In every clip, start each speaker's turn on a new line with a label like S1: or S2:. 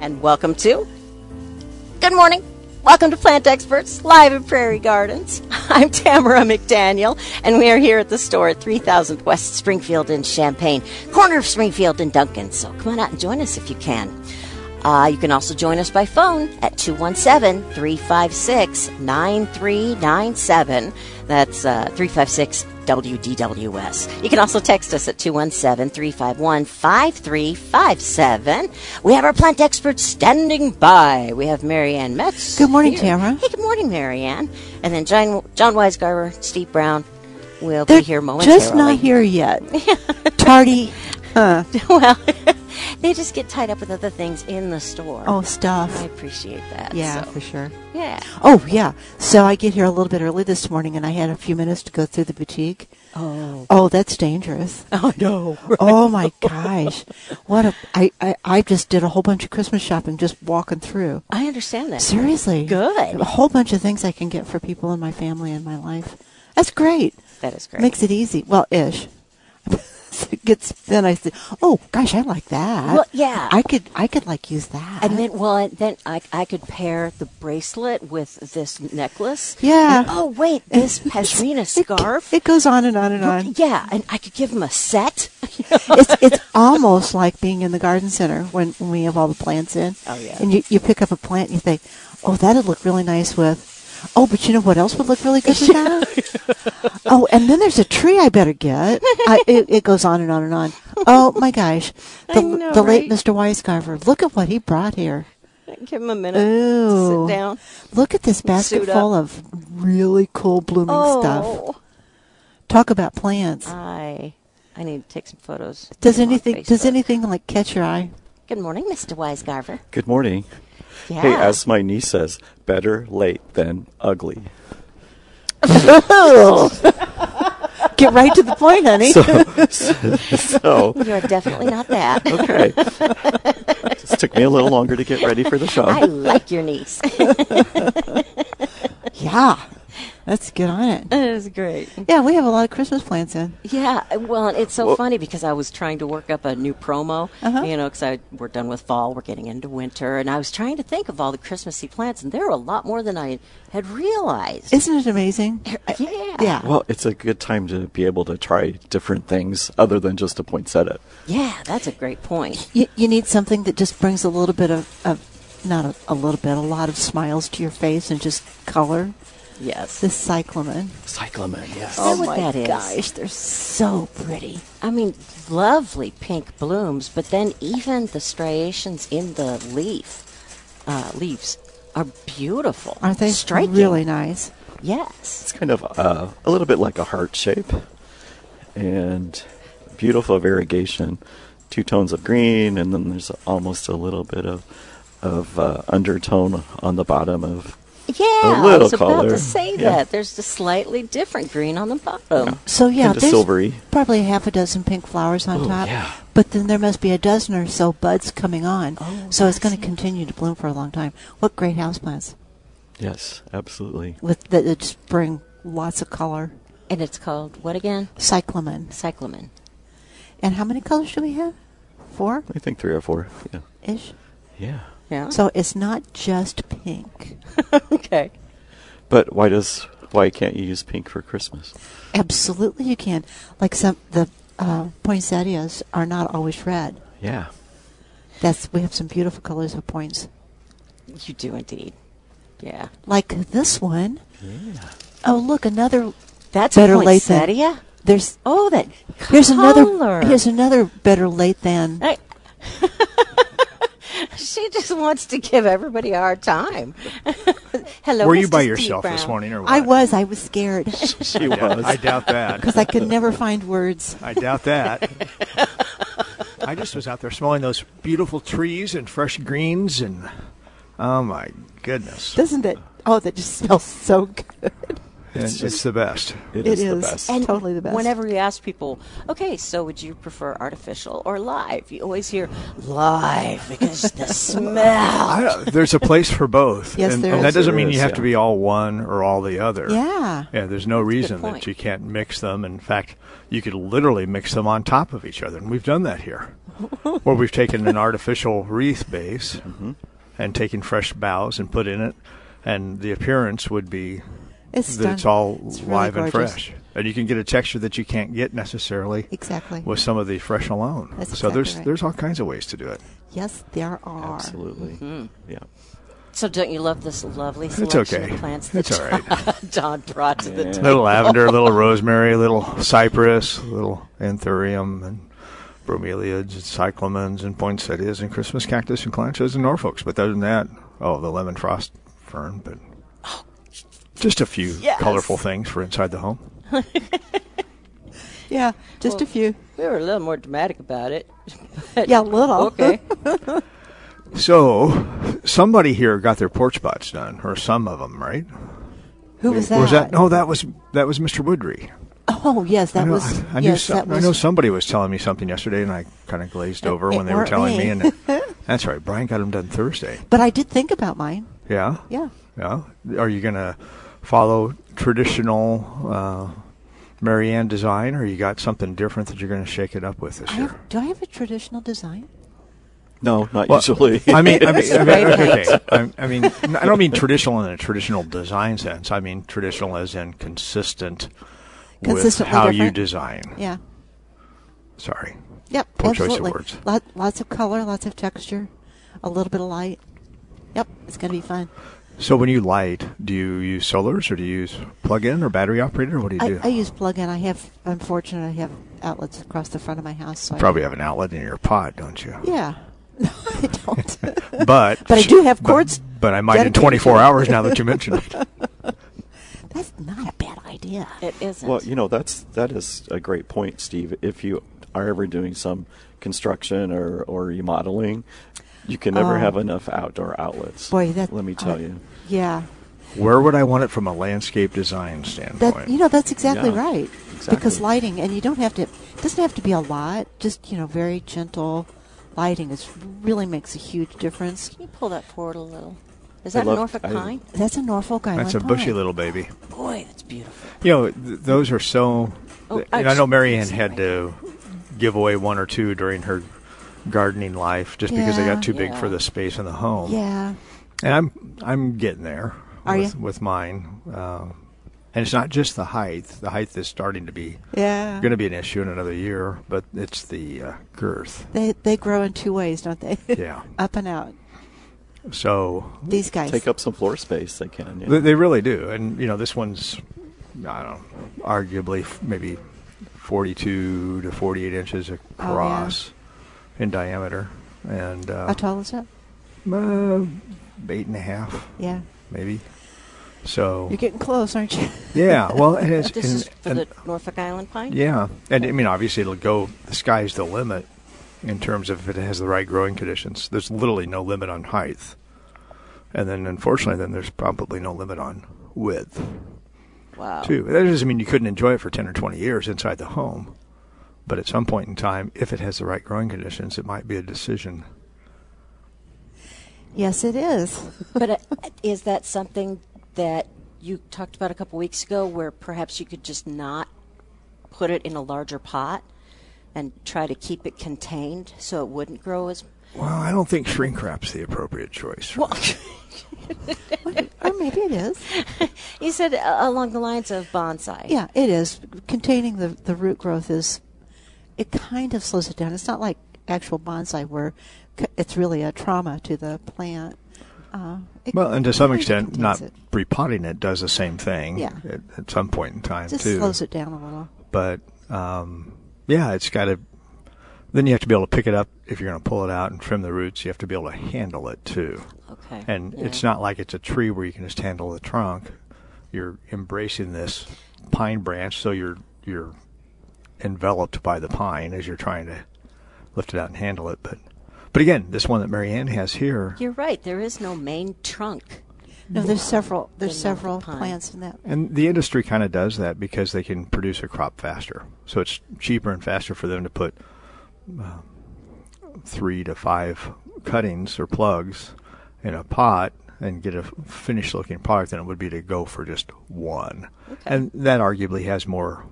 S1: and welcome to Good Morning. Welcome to Plant Experts live in Prairie Gardens. I'm Tamara McDaniel, and we are here at the store at 3000 West Springfield in Champaign, corner of Springfield and Duncan. So come on out and join us if you can. Uh, you can also join us by phone at 217 356 9397. That's uh, 356 WDWS. You can also text us at 217 351 5357. We have our plant experts standing by. We have Mary Ann Metz.
S2: Good morning, Tamara.
S1: Hey, good morning, Mary Ann. And then John, John Weisgarber, Steve Brown will
S2: They're
S1: be here momentarily.
S2: just not here yet. Tardy. Uh,
S1: well, they just get tied up with other things in the store.
S2: oh,
S1: I
S2: stuff.
S1: appreciate that.
S2: Yeah,
S1: so,
S2: for sure.
S1: Yeah.
S2: Oh, yeah. So I get here a little bit early this morning, and I had a few minutes to go through the boutique.
S1: Oh.
S2: Oh, that's dangerous.
S1: Oh no.
S2: Oh my gosh, what a! I, I I just did a whole bunch of Christmas shopping just walking through.
S1: I understand that.
S2: Seriously,
S1: Good.
S2: A whole bunch of things I can get for people in my family and my life. That's great.
S1: That is great.
S2: Makes it easy. Well, ish. it gets then I say, oh gosh, I like that.
S1: Well, yeah.
S2: I could I could like use that.
S1: and then, well, and then I, I could pair the bracelet with this necklace.
S2: Yeah.
S1: And, oh wait, this pashmina
S2: It-
S1: scarf.
S2: It, goes on and on and on.
S1: yeah, and I could give them a set.
S2: it's it's almost like being in the garden center when, when we have all the plants in.
S1: Oh, yeah.
S2: And you, you pick up a plant and you think, oh, that'd look really nice with. Oh, but you know what else would look really good with that? oh, and then there's a tree I better get. I, it, it goes on and on and on. Oh my gosh, the,
S1: I know,
S2: the late
S1: right?
S2: Mr. Weisgarver. Look at what he brought here.
S1: give them a minute. To
S2: Ooh.
S1: sit down.
S2: Look at this basket
S1: Suit up.
S2: full of really cool blooming stuff.
S1: Oh. Uh,
S2: Talk about plants.
S1: I. I need to take some photos. Put
S2: does
S1: them on
S2: anything does
S1: Facebook.
S2: anything like catch your eye?
S1: Good morning, Mr. Weisgarver.
S3: Good morning.
S1: Yeah.
S3: Hey, as my niece says, better late than ugly.
S2: Get right to the point, honey.
S3: So, so
S1: You're definitely not that.
S3: okay. Just took me a little longer to get ready for the show.
S1: I like your niece.
S2: Yeah, let's get on it.
S1: That is great.
S2: Yeah, we have a lot of Christmas plans in.
S1: Yeah, uh, well, and it's so
S3: Well-
S1: funny because I was trying to work up a new promo,
S2: Uh-huh.
S1: you know, because we're done with fall, we're getting into winter, and I was trying to think of all the Christmassy plants, and there were a lot more than I had realized.
S2: Isn't it amazing? I-
S1: yeah.
S2: Yeah.
S3: Well, it's a good time to be able to try different things other than just a poinsettia.
S1: Yeah, that's a great point.
S2: You, you need something that just brings a little bit of, of not a, a little bit, a lot of smiles to your face and just color.
S1: Yes.
S2: This cyclamen.
S3: Cyclamen, yes.
S1: Oh, what that is.
S2: gosh, they're so pretty.
S1: I mean, lovely pink blooms, but then even the striations in the leaf, uh, leaves are beautiful.
S2: Aren't they
S1: striking?
S2: really nice?
S1: Yes.
S3: It's kind of uh, a little bit like a heart shape and beautiful variegation. Two tones of green, and then there's almost a little bit of, of uh, undertone on the bottom of
S1: Yeah, I
S3: little
S1: was about
S3: color.
S1: to say
S3: Yeah.
S1: that. There's the slightly different green on the bottom.
S2: So yeah,
S3: Kinda
S2: there's
S3: silvery.
S2: probably a half a dozen pink flowers on
S3: Oh,
S2: top.
S3: yeah.
S2: But then there must be a dozen or so buds coming on.
S1: Oh,
S2: so it's
S1: I
S2: going
S1: see.
S2: to continue to bloom for a long time. What great houseplants
S3: Yes, absolutely.
S2: with that that just bring lots of color.
S1: And it's called what again?
S2: Cyclamen.
S1: Cyclamen.
S2: And how many colors do we have? Four
S3: I think three or four. Yeah.
S2: ish.
S3: Yeah.
S1: Yeah.
S2: So it's not just pink.
S1: okay.
S3: But why does why can't you use pink for Christmas?
S2: Absolutely, you can. Like some the uh, poinsettias are not always red.
S3: Yeah.
S2: That's we have some beautiful colors of points.
S1: You do indeed. Yeah.
S2: Like this one.
S3: Yeah.
S2: Oh look, another
S1: That's
S2: better
S1: a
S2: late than
S1: poinsettia.
S2: there's
S1: Oh, that
S2: Here's
S1: color.
S2: another. Here's another better late than.
S1: I- she just wants to give everybody our time. Hello.
S4: Were you
S1: Mr.
S4: by
S1: Steve
S4: yourself this
S1: Brown.
S4: morning, or what?
S2: I was. I was scared
S3: She
S4: I doubt-
S3: was.
S4: I doubt that.
S2: because I could never find words.
S4: I doubt that. I just was out there smelling those beautiful trees and fresh greens, and oh my goodness,
S2: Doesn't it? Oh, that just smells so good.
S4: And it's,
S3: just-
S4: the best.
S3: It
S2: It
S3: is, the
S2: is.
S3: best.
S2: And- Totally the best.
S1: Whenever you ask people, okay, so would you prefer artificial or live? You always hear live because the smell.
S4: I don't- there's a place for both.
S2: Yes,
S4: and,
S2: there
S4: and
S2: is.
S4: that doesn't mean
S3: There
S4: you
S3: is,
S4: have to
S3: yeah.
S4: be all one or all the other.
S2: Yeah.
S4: Yeah, there's no reason
S1: point.
S4: that you can't mix them. In fact, you could literally mix them on top of each other, and we've done that here, where we've taken an artificial wreath base
S3: Mm-hmm.
S4: and taken fresh boughs and put in it, and the appearance would be
S2: It's
S4: that it's
S2: stunning.
S4: all
S2: It's really
S4: live and
S2: gorgeous.
S4: fresh, and you can get a texture that you can't get necessarily
S2: Exactly.
S4: with some of the fresh alone.
S2: That's
S4: so there's
S2: exactly right.
S4: there's all kinds of ways to do it.
S2: Yes, there are.
S3: Absolutely.
S2: Mm-hmm.
S3: Yeah.
S1: So don't you love this lovely
S4: It's
S1: selection
S4: okay.
S1: of plants that
S4: It's all right.
S1: Don brought to the
S3: Yeah.
S1: table?
S4: little lavender, little rosemary, little cypress, little anthurium, and bromeliads, and cyclamens, and poinsettias, and Christmas cactus, and clanchas, and Norfolks. But other than that, oh, the lemon frost fern, but
S2: Oh.
S4: just a few
S1: Yes.
S4: colorful things for inside the home.
S2: Yeah, just a few.
S1: We were a little more dramatic about it.
S2: Yeah, little.
S1: Okay.
S4: So, somebody here got their porch pots done, or some of them, right?
S2: Who was that?
S4: Or was that? No, that was that was Mr. Woodry.
S2: Oh, yes, that
S4: I know,
S2: was.
S4: I, I knew
S2: yes,
S4: some-
S2: that
S4: I
S2: was.
S4: know somebody was telling me something yesterday, and I kind of glazed over
S2: it
S4: when they were
S2: weren't
S4: telling me.
S2: me.
S4: and that's all right. Brian got them done Thursday.
S2: But I did think about mine.
S4: Yeah.
S2: Yeah.
S4: Yeah. Are you going to follow traditional uh, Marianne design, or you got something different that you're going to shake it up with this
S2: I
S4: year?
S2: have, do I have a traditional design?
S3: No, not
S4: Well,
S3: usually.
S4: I mean, I mean, I mean,
S1: Right.
S4: okay. I, I mean, I don't mean traditional in a traditional design sense. I mean traditional as in consistent with
S2: Consistently
S4: how you
S2: different?
S4: design.
S2: Yeah.
S4: Sorry.
S2: Yep.
S4: Poor choice
S2: absolutely.
S4: of words.
S2: Lot, lots of color, lots of texture, a little bit of light. Yep, it's going to be fun.
S4: So when you light, do you use solars or do you use plug-in or battery operated, or what do you
S2: I,
S4: do?
S2: I use plug-in. I have. I'm fortunate. I have outlets across the front of my house. So I-
S4: Probably have an outlet in your pod, don't you?
S2: yeah. No, I don't.
S4: But
S2: But I do have cords
S4: But, but I might in
S2: dedicated to
S4: 24
S2: it.
S4: hours now that you mention it.
S2: That's not a bad idea.
S1: It isn't.
S3: Well, you know that's that is a great point, Steve. If you are ever doing some construction or or remodeling, you can never
S2: Oh.
S3: have enough outdoor outlets.
S2: Boy, that.
S3: let me tell you.
S2: Yeah.
S4: Where would I want it from a landscape design
S2: That
S4: standpoint?
S2: you know that's exactly
S3: Yeah,
S2: right. Because
S3: exactly.
S2: lighting, and you don't have to. It doesn't have to be a lot. Just you know, very gentle lighting is really makes a huge difference.
S1: Can you pull that forward a little? Is
S3: I
S1: that
S3: love-
S1: Norfolk
S3: I-
S1: pine?
S2: That's a Norfolk Island.
S4: That's a bushy
S2: pine.
S4: little baby.
S1: Boy, that's beautiful.
S4: You know, th- those are so.
S1: Oh,
S4: th- and I
S1: ouch.
S4: know Marianne had to give away one or two during her gardening life just because they
S2: Yeah.
S4: got too big for
S1: Yeah.
S4: the space in the home.
S2: Yeah.
S4: And I'm I'm getting there
S2: Are
S4: with,
S2: ya?
S4: with mine. Um, and it's not just the height. The height is starting to be
S2: Yeah.
S4: going to be an issue in another year, but it's the uh, girth.
S2: They they grow in two ways, don't they?
S4: Yeah.
S2: Up and out.
S4: So
S2: These guys.
S3: Take up some floor space. They can. yeah.
S4: They, they really do, and you know this one's, I don't, know, arguably f- maybe forty-two to forty-eight inches across in diameter, and uh,
S2: How tall is it?
S4: uh, eight and a half
S2: Yeah.
S4: maybe. So
S2: You're getting close, aren't you?
S4: yeah, well, and it's
S1: This
S4: and-
S1: is for
S4: and-
S1: the Norfolk Island pine?
S4: yeah, and I mean obviously it'll go. The sky's the limit in terms of if it has the right growing conditions. There's literally no limit on height, and then unfortunately, then there's probably no limit on width.
S1: Wow.
S4: too. That doesn't mean you couldn't enjoy it for 10 or 20 years inside the home. But at some point in time, if it has the right growing conditions, it might be a decision.
S2: yes, it is.
S1: But uh, is that something that you talked about a couple weeks ago where perhaps you could just not put it in a larger pot and try to keep it contained so it wouldn't grow as
S4: Well, I don't think shrink wrap's the appropriate choice. for
S1: well?
S2: or Oh, maybe it is.
S1: you said uh, along the lines of bonsai.
S2: Yeah, it is. Containing the, the root growth is, it kind of slows it down. It's not like actual bonsai where c- it's really a trauma to the plant. Uh, it
S4: Well, and to some
S2: kind of
S4: extent,
S2: contains
S4: not
S2: It.
S4: repotting it does the same thing
S2: Yeah.
S4: at, at some point in time,
S2: Just
S4: too.
S2: slows it down a little.
S4: But um, yeah, it's got to. Then you have to be able to pick it up if you're going to pull it out and trim the roots. You have to be able to handle it, too.
S1: Okay.
S4: And
S1: Yeah.
S4: it's not like it's a tree where you can just handle the trunk. You're embracing this pine branch, so you're you're enveloped by the pine as you're trying to lift it out and handle it. But but again, this one that Marianne has here,
S1: You're right. There is no main trunk.
S2: No, there's several. There's
S1: Than Norfolk
S2: several
S1: pine.
S2: plants in that.
S4: And the industry kind of does that because they can produce a crop faster. So it's cheaper and faster for them to put uh, three to five cuttings or plugs in a pot and get a finished looking product than it would be to go for just one. And that arguably has more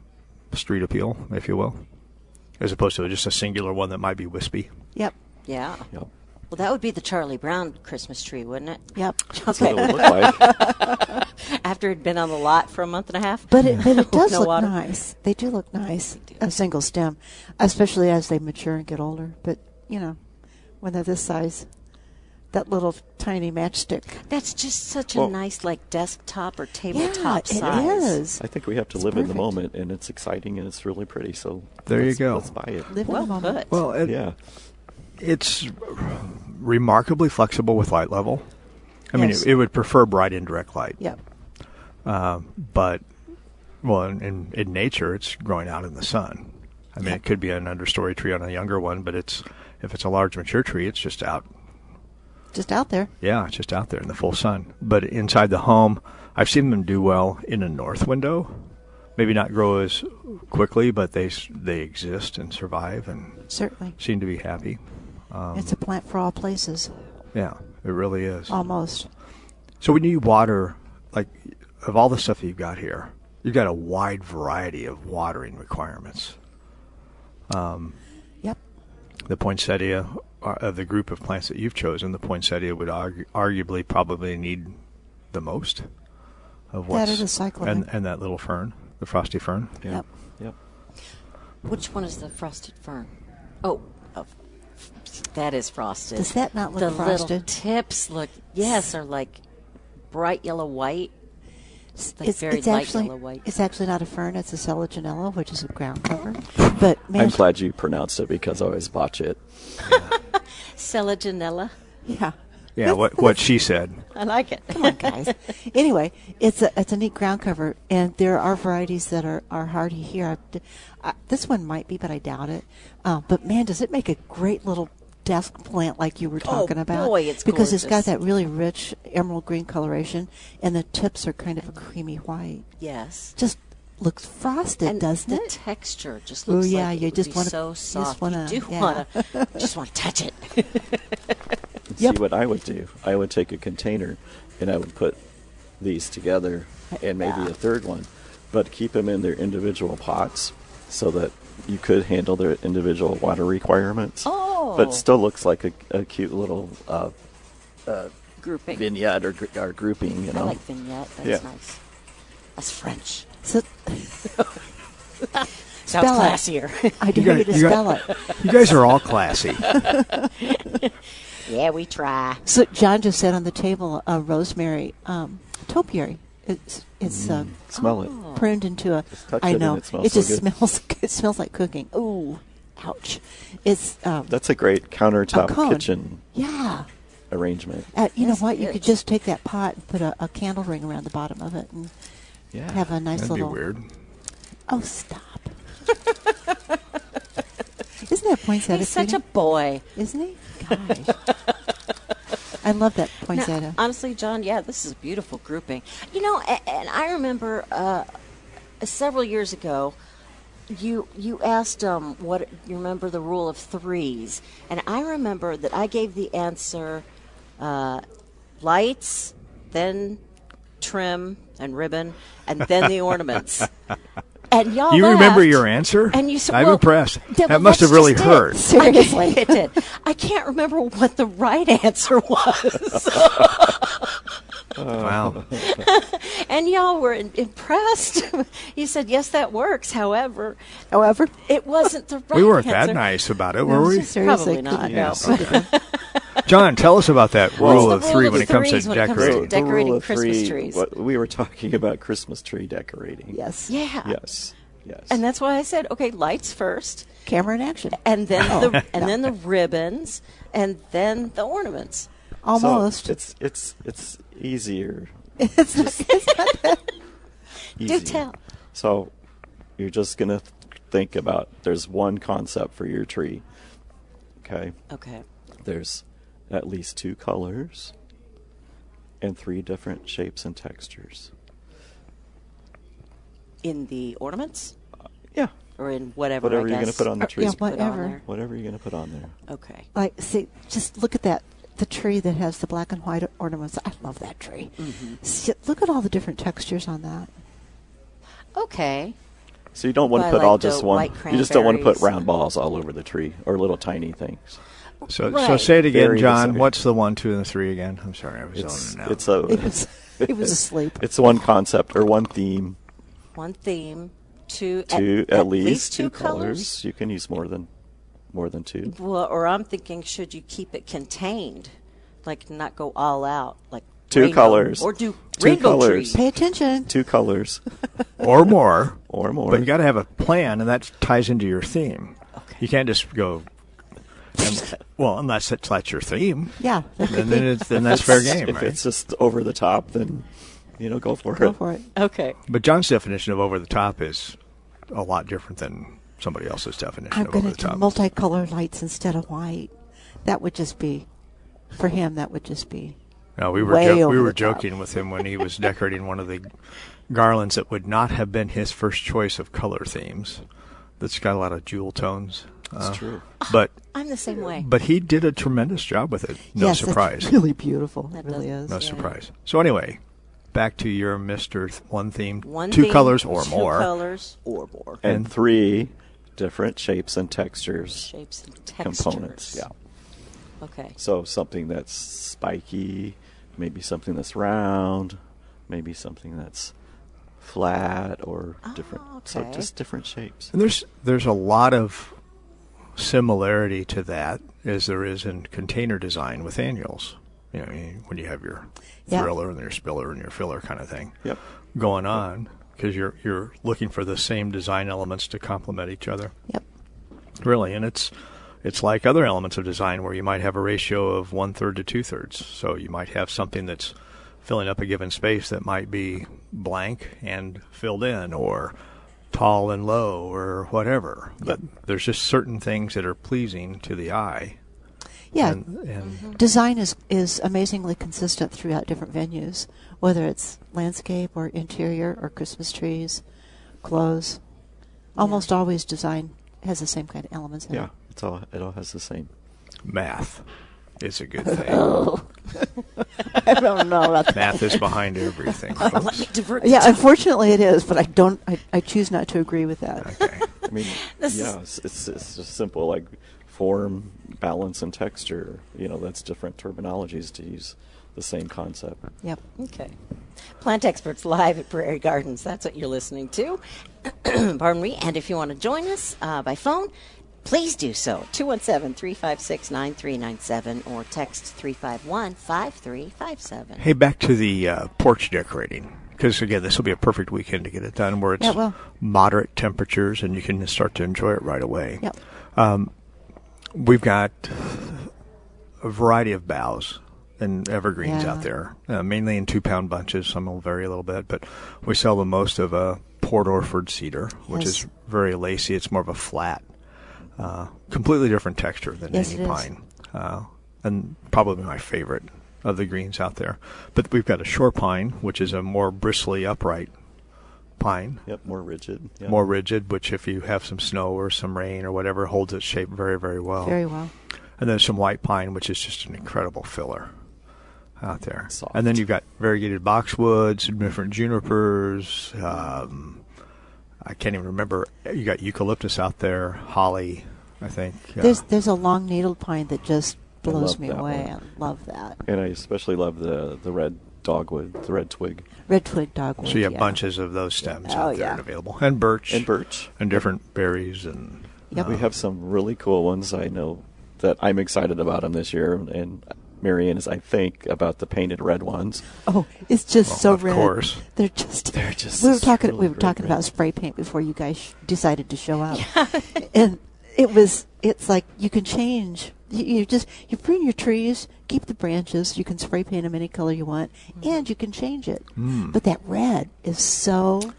S4: street appeal, if you will, as opposed to just a singular one that might be wispy.
S2: Yep.
S1: Yeah.
S3: Yep.
S1: Well, that would be the Charlie Brown Christmas tree, wouldn't it?
S2: Yep.
S3: That's what it would look like.
S1: After it'd been on the lot for a month and a half.
S2: But it, but it does
S1: No
S2: look
S1: water.
S2: nice. They do look nice. A single stem, especially as they mature and get older. But you know, when they're this size, that little tiny matchstick.
S1: That's just such
S3: Well-
S1: a nice, like, desktop or
S2: Yeah,
S1: tabletop
S2: it
S1: size.
S2: is.
S3: I think we have to
S2: It's
S3: live in
S2: perfect.
S3: the moment, and it's exciting and it's really pretty. So
S4: There you
S3: let's-
S4: go.
S3: Let's buy it.
S2: Live in
S1: Well
S2: the
S1: put.
S2: moment.
S4: Well, it,
S3: Yeah.
S4: it's remarkably flexible with light level. I
S2: Yes.
S4: mean, it, it would prefer bright indirect light.
S2: Yep.
S4: Uh, but well, in, in, in nature, it's growing out in the sun. I mean, it could be an understory tree on a younger one, but it's if it's a large mature tree, it's just out.
S2: Just out there.
S4: Yeah, it's just out there in the full sun. But inside the home, I've seen them do well in a north window. Maybe not grow as quickly, but they s- they exist and survive and
S2: Certainly.
S4: seem to be happy. Um,
S2: it's a plant for all places,
S4: Yeah, it really is.
S2: almost.
S4: So when you water, like of all the stuff that you've got here, you've got a wide variety of watering requirements. Um,
S2: Yep.
S4: the poinsettia uh, of the group of plants that you've chosen, the poinsettia would argu- arguably probably need the most of
S2: That
S4: what's
S2: is a cyclamen.
S4: and, and that little fern, the frosty fern.
S3: Yeah.
S2: Yep.
S3: Yep.
S1: Which one is the frosted fern? Oh, oh, that is frosted.
S2: Does that not look
S1: the little
S2: frosted?
S1: tips look, yes, are like bright yellow white. It's like very light
S2: actually
S1: yellow white.
S2: it's actually not a fern. It's a selaginella, which is a ground cover. But man,
S3: I'm glad you pronounced it because I always botch it.
S1: Selaginella.
S2: Yeah.
S4: Yeah, what what she said.
S1: I like it.
S2: Come on, guys. anyway, it's a it's a neat ground cover, and there are varieties that are are hardy here. I, I, this one might be, but I doubt it. Uh, but man, does it make a great little desk plant like you were talking about?
S1: Oh, boy, it's
S2: because it's got
S1: gorgeous.
S2: that really rich emerald green coloration, and the tips are kind of a creamy white.
S1: Yes.
S2: Just looks frosted,
S1: and
S2: doesn't
S1: the
S2: it?
S1: texture just
S2: Ooh,
S1: looks
S2: yeah,
S1: like it
S2: you
S1: would
S2: just
S1: be
S2: wanna-
S1: so
S2: you just
S1: soft.
S2: wanna-
S1: you do
S2: yeah.
S1: want to just want to touch it.
S2: Yep.
S3: See what I would do? I would take a container and I would put these together and maybe a third one, but keep them in their individual pots so that you could handle their individual water requirements.
S1: Oh.
S3: But still looks like a, a cute little uh,
S1: Grouping.
S3: vignette or, gr- or grouping, you
S1: I
S3: know.
S1: like vignette. That's
S3: Yeah.
S1: nice. That's French.
S2: So,
S1: Sounds
S2: Spell it.
S1: classier.
S2: I dare
S4: got-
S2: you to
S4: you got-
S2: spell it.
S4: You guys are all classy.
S1: yeah, we try.
S2: So John just said on the table, uh, rosemary um, topiary. It's it's uh,
S3: Smell it.
S2: pruned into a.
S3: touch
S2: I
S3: it and
S2: know
S3: it smells so
S2: just
S3: good.
S2: smells. It smells like cooking. Ooh, ouch! It's um,
S3: That's a great
S2: a
S3: countertop
S2: cone.
S3: kitchen
S2: Yeah.
S3: arrangement.
S2: Uh, you
S1: Yes,
S2: know what?
S1: it
S2: You
S1: is.
S2: could just take that pot and put a, a candle ring around the bottom of it and
S3: Yeah.
S2: have a nice
S4: That'd be
S2: little.
S4: weird.
S2: Oh, stop! Isn't that poinsettia?
S1: He's such a
S2: pretty?
S1: boy.
S2: Isn't he? Gosh. I love that poinsettia.
S1: Honestly, John, yeah, this is a beautiful grouping. You know, a- and I remember uh, several years ago, you you asked um what you remember the rule of threes, and I remember that I gave the answer, uh, lights, then trim and ribbon, and then the ornaments. And y'all,
S4: You remember
S1: laughed.
S4: your answer?
S1: And you said,
S4: I'm
S1: well,
S4: impressed.
S1: yeah, well,
S4: That must have
S1: that's
S4: really
S1: just it.
S4: hurt.
S2: Seriously.
S1: it did. I can't remember what the right answer was.
S4: Wow.
S1: and y'all were in- impressed. you said, "Yes, that works." However, however, it wasn't the right.
S4: We weren't
S1: answer.
S4: that nice about it, were we?
S1: Probably
S2: Seriously,
S1: not.
S2: couldn't-
S1: No.
S4: John, tell us about that
S3: Well-
S4: rule
S1: The
S4: of three
S1: rule
S4: when
S1: of
S4: it comes
S1: threes
S4: to
S1: when it comes to
S4: decorating.
S1: decorating
S3: the rule of
S1: Christmas
S3: three,
S1: trees.
S3: What, we were talking about Christmas tree decorating.
S2: Yes.
S1: Yeah.
S3: Yes. Yes.
S1: And that's why I said, "Okay, lights first,
S2: Camera in action.
S1: and then the and then the ribbons, and then the ornaments."
S3: So
S2: Almost.
S3: it's it's it's easier.
S2: It's not- it's not that-
S3: easier.
S1: tell.
S3: So you're just gonna th- think about there's one concept for your tree. Okay.
S1: Okay.
S3: There's at least two colors. and three different shapes and textures.
S1: in the ornaments
S3: Yeah,
S1: or in whatever.
S3: whatever
S1: I
S3: you're going
S1: guess.
S3: to put on the
S2: Or-
S3: tree.
S2: yeah, what-
S1: Put on
S2: Whatever.
S1: there.
S3: whatever you're going to put on there.
S1: Okay.
S2: Like, see, just look at that. The tree that has the black and white ornaments. I love that tree.
S1: Mm-hmm.
S2: See, look at all the different textures on that.
S1: Okay.
S3: So you don't want
S1: Well,
S3: to
S1: I
S3: put all
S1: like the
S3: just one.
S1: white
S3: You just don't want to put
S1: cranberries.
S3: round balls all over the tree or little tiny things.
S4: So, so
S1: Right.
S4: say it again,
S3: Very
S4: John.
S3: disappointing.
S4: What's the one, two, and the three again? I'm sorry, I was
S3: It's
S4: zoning out.
S3: it's a
S2: It was, he was asleep.
S3: it's one concept or one theme.
S1: One theme, two at-
S3: Two
S1: at,
S3: at, least, two,
S1: colors.
S3: You can use more than more than two.
S1: Well, or I'm thinking, should you keep it contained, like not go all out, like
S3: Two
S1: rainbow-
S3: colors.
S1: or do
S3: Two
S1: rainbow
S3: colors.
S1: tree?
S2: Pay attention.
S3: Two colors
S4: or more.
S3: or more.
S4: But you got to have a plan, and that ties into your theme. You can't just go. and- well, unless it's, that's your theme,
S2: Yeah. that could
S4: and then
S2: be-
S4: it's then that's fair game,
S3: if
S4: right?
S3: it's just over the top, then you know go for
S2: Go
S3: it.
S2: for it.
S1: Okay.
S4: But John's definition of over the top is a lot different than somebody else's definition
S2: I'm
S4: of over
S2: going
S4: the
S2: to do
S4: top.
S2: multicolored lights instead of white. That would just be, for him, that would just be.
S4: no, we were
S2: way
S4: jo-
S2: over
S4: we
S2: the
S4: were
S2: top.
S4: joking with him when he was decorating one of the garlands that would not have been his first choice of color themes. That's got a lot of jewel tones. That's
S3: true.
S4: But
S1: I'm the same way.
S4: but he did a tremendous job with it. No
S2: yes,
S4: surprise.
S2: That's really beautiful.
S1: That
S2: It really
S1: does-
S2: is.
S4: No
S1: Yeah.
S4: surprise. So anyway, back to your Mister One Theme,
S1: One
S4: two
S1: theme,
S4: colors or
S1: two
S4: more.
S1: colors or more
S3: And three different shapes and textures
S1: shapes and textures.
S3: components. Yeah.
S1: Okay.
S3: So something that's spiky, maybe something that's round, maybe something that's flat or different. So
S1: Oh, okay.
S3: just different shapes.
S4: And there's there's a lot of similarity to that as there is in container design with annuals. You know, I mean, when you have your
S2: Yeah.
S4: thriller and your spiller and your filler kind of thing
S3: Yep.
S4: going on, because you're you're looking for the same design elements to complement each other.
S2: Yep.
S4: Really, and it's it's like other elements of design where you might have a ratio of one third to two thirds. So you might have something that's filling up a given space that might be blank and filled in, or tall and low, or whatever. But there's just certain things that are pleasing to the eye.
S2: Yeah.
S4: And, and
S2: Design is, is amazingly consistent throughout different venues, whether it's landscape or interior or Christmas trees, clothes. Almost always design has the same kind of elements in
S3: Yeah.
S2: it.
S3: It's all it all has the same.
S4: math is a good thing.
S2: Oh. I don't know about that.
S4: math is behind everything, folks.
S1: Divert
S2: Yeah, unfortunately it is, but I don't. I, I choose not to agree with that.
S4: Okay.
S3: I mean,
S1: This
S3: yeah, it's, it's it's just simple like form, balance, and texture. You know, that's different terminologies to use the same concept.
S2: Yep.
S1: Okay. Plant Experts Live at Prairie Gardens. That's what you're listening to. Pardon me. And if you want to join us uh, by phone, please do so. 217 356 9397 or text 351 5357.
S4: Hey, back to the uh, porch decorating. Because again, this will be a perfect weekend to get it done, where it's
S2: Yeah, it will.
S4: moderate temperatures and you can start to enjoy it right away.
S2: Yep.
S4: We've got a variety of boughs and evergreens
S2: Yeah.
S4: out there, uh, mainly in two-pound bunches. Some will vary a little bit, but we sell the most of a Port Orford cedar, which
S2: Yes.
S4: is very lacy. It's more of a flat, uh, completely different texture than
S2: Yes,
S4: any
S2: it is.
S4: pine, uh, and probably my favorite of the greens out there. But we've got a shore pine, which is a more bristly, upright pine,
S3: Yep, more rigid. Yep.
S4: more rigid. Which, if you have some snow or some rain or whatever, holds its shape very, very well.
S2: Very well.
S4: And then some white pine, which is just an incredible filler out there.
S3: Soft.
S4: And then you've got variegated boxwoods, different junipers. Um, I can't even remember. You got eucalyptus out there, holly, I think. Yeah.
S2: There's there's a long needled pine that just blows
S3: love
S2: me
S3: that
S2: away.
S3: one.
S2: I love that
S3: And I especially love the the red dogwood, the red twig,
S2: red twig dogwood.
S4: so you have
S2: yeah.
S4: bunches of those stems
S2: Oh,
S4: out there
S2: yeah.
S4: and available, and birch,
S3: and birch.
S4: and different berries and.
S2: Yep.
S3: We have some really cool ones I know that I'm excited about them this year, and Marianne is, I think, about the painted red ones.
S2: Oh, it's just
S4: Well,
S2: so
S4: of
S2: red.
S4: course.
S2: They're just.
S3: They're just
S2: We were
S3: this
S2: talking.
S3: really
S2: we were
S3: great
S2: talking
S3: red.
S2: about spray paint before you guys sh- decided to show up, and it was. It's like you can change. You, you just you prune your trees, keep the branches. You can spray paint them any color you want, and you can change it.
S4: Hmm.
S2: But that red is so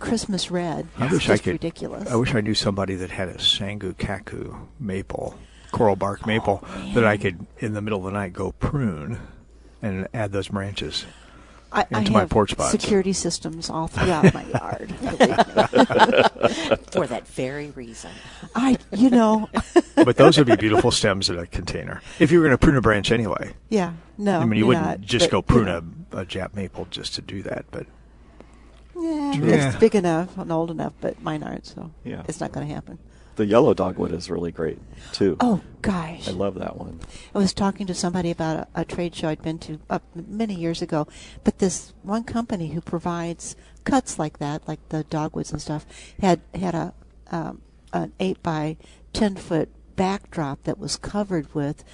S2: Christmas red.
S4: I
S2: it's
S4: wish I
S2: just
S4: could.
S2: ridiculous.
S4: I wish I knew somebody that had a sangu kaku
S2: Oh,
S4: maple, coral bark maple that I could, in the middle of the night, go prune and add those branches.
S2: I, I
S4: Into my
S2: have
S4: porch pots.
S2: security systems all throughout my yard. believe me.
S1: for that very reason.
S2: I, you know,
S4: But those would be beautiful stems in a container. If you were going to prune a branch anyway,
S2: yeah, no.
S4: I mean, you
S2: you're
S4: wouldn't
S2: not, but,
S4: just go
S2: you
S4: prune
S2: know,
S4: a, a Jap maple just to do that. But
S2: Yeah,
S4: Yeah.
S2: it's big enough and old enough, but mine aren't, so
S3: Yeah.
S2: it's not going to happen.
S3: The yellow dogwood is really great too.
S2: Oh gosh,
S3: I love that one.
S2: I was talking to somebody about a, a trade show I'd been to uh, many years ago, but this one company who provides cuts like that, like the dogwoods and stuff, had had a um, an eight by ten foot backdrop that was covered with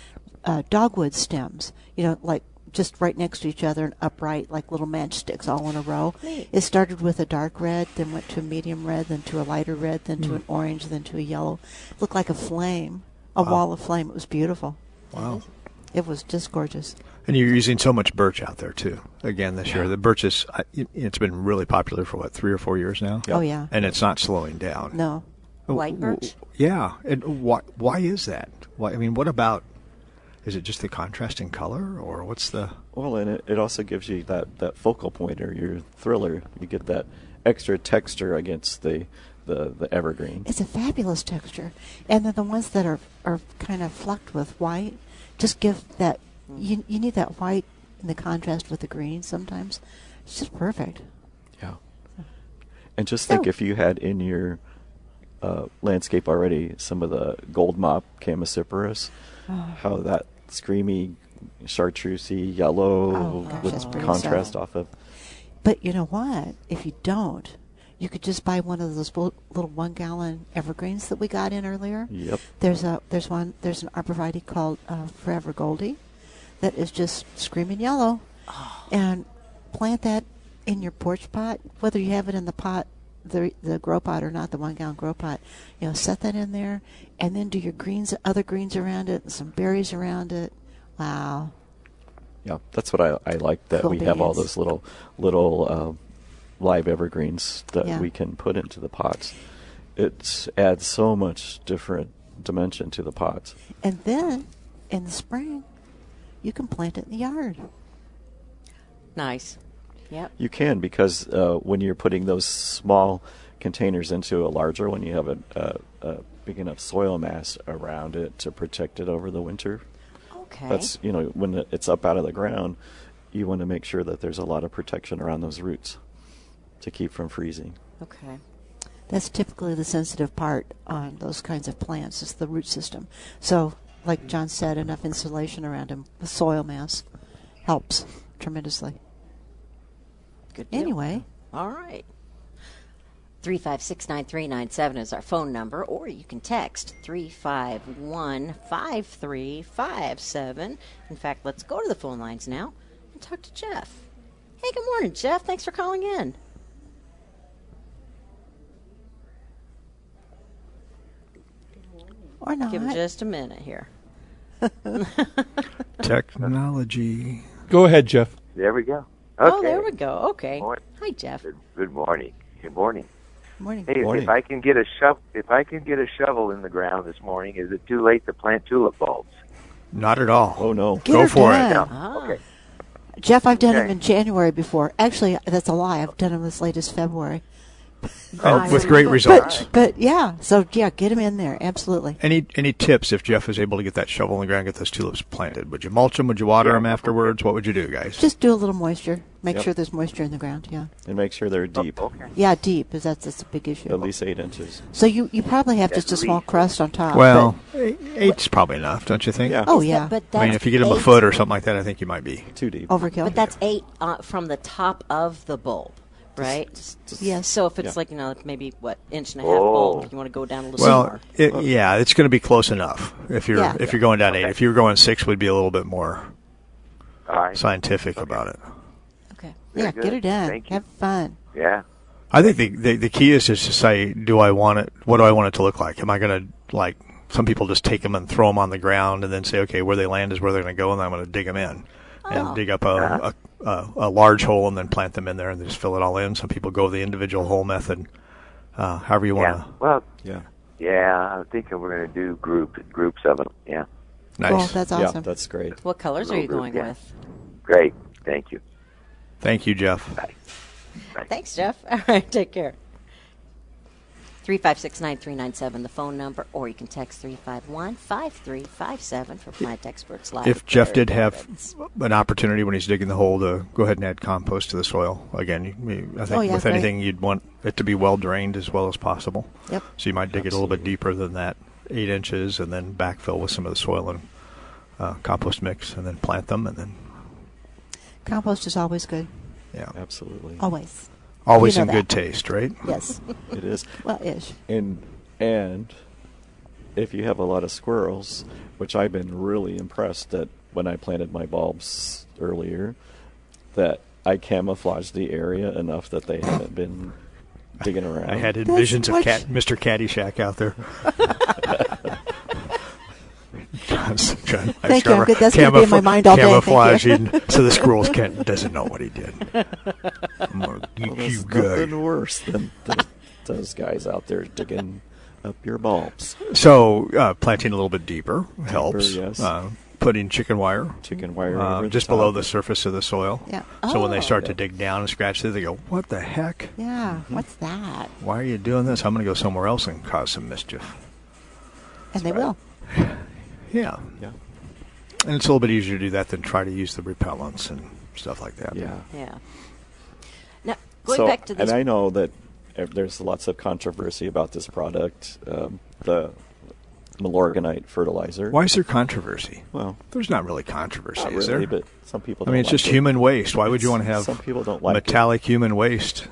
S2: uh, dogwood stems. You know, like just right next to each other and upright, like little matchsticks, all in a row.
S1: Neat.
S2: It started with a dark red, then went to a medium red, then to a lighter red, then to an orange, then to a yellow. looked like a flame, a wall of flame. It was beautiful.
S4: wow.
S2: It was just gorgeous.
S4: And you're using so much birch out there too. Again, this year the birch is I- it- it's been really popular for what three or four years now.
S2: Oh yeah.
S4: and it's not slowing down.
S2: No.
S1: White birch?
S4: Yeah, and why why is that? Why I mean, what about? Is it just the contrast in color, or what's the?
S3: Well, and it, it also gives you that, that focal point or your thriller. You get that extra texture against the the, the evergreen.
S2: It's a fabulous texture. And then the ones that are, are kind of flecked with white just give that you you need that white in the contrast with the green sometimes. It's just perfect.
S3: Yeah. And just think
S2: So-
S3: if you had in your uh, landscape already some of the gold mop Camasiparis, how that screamy chartreusey
S2: Oh,
S3: yellow
S2: gosh,
S3: would
S2: that's pretty
S3: contrast
S2: stuff.
S3: off of.
S2: But you know what? If you don't, you could just buy one of those bu- little one gallon evergreens that we got in earlier.
S3: Yep.
S2: There's a there's one there's an arborvitae called uh, Forever Goldie, that is just screaming yellow,
S1: Oh,
S2: and plant that in your porch pot. Whether you have it in the pot, the the grow pot or not, the one gallon grow pot, you know, set that in there, and then do your greens, other greens around it, and some berries around it. Wow,
S3: Yeah, that's what I, I like that
S2: Cool
S3: we have all
S2: beans.
S3: those little little um live evergreens that
S2: Yeah.
S3: we can put into the pots. It adds so much different dimension to the pots.
S2: And then in the spring, you can plant it in the yard.
S1: Nice. Yep.
S3: You can because uh, when you're putting those small containers into a larger one, you have a, a, a big enough soil mass around it to protect it over the winter.
S1: Okay.
S3: That's you know when it's up out of the ground, you want to make sure that there's a lot of protection around those roots to keep from freezing.
S1: okay.
S2: That's typically the sensitive part on those kinds of plants is the root system. So, like John said, enough insulation around them with soil mass helps tremendously.
S1: Good. deal.
S2: Anyway,
S1: All right. 3569397 is our phone number, or you can text 3515357. In fact, let's go to the phone lines now and talk to Jeff. Hey, good morning, Jeff. Thanks for calling in.
S2: or not.
S1: Give him just a minute here.
S4: Technology.
S5: Go ahead, Jeff.
S6: There we go.
S1: Oh, there we go. Okay.
S6: Morning.
S1: Hi, Jeff.
S6: Good, good morning. Good morning.
S2: Morning.
S6: Hey, if-
S3: Morning.
S6: if I can get a shovel, if I can get a shovel in the ground this morning, is it too late to plant tulip bulbs?
S4: Not at all.
S3: Oh no!
S2: Get
S4: Go
S2: her
S4: for it.
S2: done.
S1: Ah,
S6: Okay.
S2: Jeff, I've done them
S6: Okay.
S2: in January before. Actually, that's a lie. I've done them as late as February.
S4: Oh, with great results.
S2: But, but yeah, so yeah, get them in there. Absolutely.
S4: Any any tips if Jeff is able to get that shovel in the ground, get those tulips planted? Would you mulch them? Would you water them afterwards? What would you do, guys?
S2: Just do a little moisture. Make
S3: Yep.
S2: sure there's moisture in the ground. Yeah.
S3: And make sure they're deep,
S6: Oh, Okay.
S2: Yeah, deep. Is that's that's a big issue.
S3: at least eight inches.
S2: So you, you probably have just a
S6: At
S2: small
S6: least.
S2: crust on top.
S4: Well, eight- eight's probably enough, don't you think?
S3: Yeah.
S2: but- oh
S1: Is that-
S2: yeah,
S1: but that's
S4: I mean, if you get them a
S1: eight-
S4: foot or something like that, I think you might be.
S3: Too deep.
S2: overkill.
S1: But that's eight uh, from the top of the bulb, right?
S2: yes.
S1: So if it's
S3: Yeah.
S1: like, you know, maybe, what, inch and a half
S6: Oh.
S1: bulb, you want to go down a little
S4: Well,
S1: more.
S4: it, yeah, it's going to be close enough if you're
S2: Yeah.
S4: if you're going down eight. If you were going six, we'd be a little bit more
S6: All right.
S4: scientific about it.
S1: Okay.
S2: yeah,
S6: good.
S2: get it done.
S6: Thank you.
S2: Have fun.
S6: Yeah.
S4: I think the, the the key is just to say, do I want it? What do I want it to look like? Am I going to like? Some people just take them and throw them on the ground, and then say, okay, where they land is where they're going to go, and I'm going to dig them in and dig up a, a, a a large hole and then plant them in there and just fill it all in. Some people go the individual hole method. Uh, however you want
S6: Yeah.
S4: to.
S6: Well,
S3: Yeah.
S6: yeah. I'm thinking we're going to do group groups of them. Yeah.
S4: Nice.
S2: Cool. That's
S3: Yeah,
S2: awesome.
S3: that's great.
S1: What colors are
S6: Little
S1: you
S6: group,
S1: going
S6: yeah.
S1: with?
S6: Great. Thank you.
S4: Thank you, Jeff.
S1: Thanks, Jeff. All right, take care. 356-9397, the phone number, or you can text 351-5357 for Plant Experts Live.
S4: If Jeff
S1: Prairie
S4: did have
S1: Gardens.
S4: an opportunity when he's digging the hole to go ahead and add compost to the soil, again, you- you- I think
S2: Oh, yeah,
S4: with
S2: right.
S4: anything you'd want it to be well drained as well as possible.
S2: Yep.
S4: So you might dig it a little bit deeper than that, eight inches, and then backfill with some of the soil and uh, compost mix, and then plant them, and then
S2: Compost is always good.
S4: yeah,
S3: Absolutely.
S2: Always.
S4: always
S2: know
S4: in good
S2: that.
S4: taste, right?
S2: Yes.
S3: It is.
S2: well, ish.
S3: And and if you have a lot of squirrels, which I've been really impressed that when I planted my bulbs earlier, that I camouflaged the area enough that they haven't been digging around.
S4: I had
S2: That's
S4: visions of
S2: much-
S4: cat, Mr. Caddyshack out there. John's trying to
S2: Thank you, I'm
S4: discover
S2: good. That's gonna be in my mind all day. Thank you.
S4: Camouflaging so the squirrels can't doesn't know what he did. I'm gonna eat
S3: Well,
S4: you
S3: there's
S4: good.
S3: nothing worse than th- those guys out there digging up your bulbs.
S4: So uh, planting a little bit deeper helps.
S3: yes.
S4: Uh, putting chicken wire
S3: Chicken wire
S4: uh,
S3: over the
S4: just below
S3: top.
S4: the surface of the soil.
S2: Yeah.
S4: So when they
S2: Oh.
S4: start to dig down and scratch through, they go, "What the heck?
S2: Yeah. What's that?
S4: Why are you doing this? I'm going to go somewhere else and cause some mischief."
S2: And they will.
S4: Yeah.
S3: Yeah.
S4: And it's a little bit easier to do that than try to use the repellents and stuff like that.
S3: Yeah.
S1: Yeah. Now, going
S3: so,
S1: back to this.
S3: and I know that uh, there's lots of controversy about this product, um, the Milorganite fertilizer.
S4: Why is there controversy?
S3: Well,
S4: There's not really controversy,
S3: not
S4: is
S3: really,
S4: there?
S3: but some people.
S4: I
S3: Don't
S4: mean, it's
S3: like
S4: just
S3: it.
S4: human waste. Why would you want to have
S3: Some people don't like it.
S4: metallic human waste?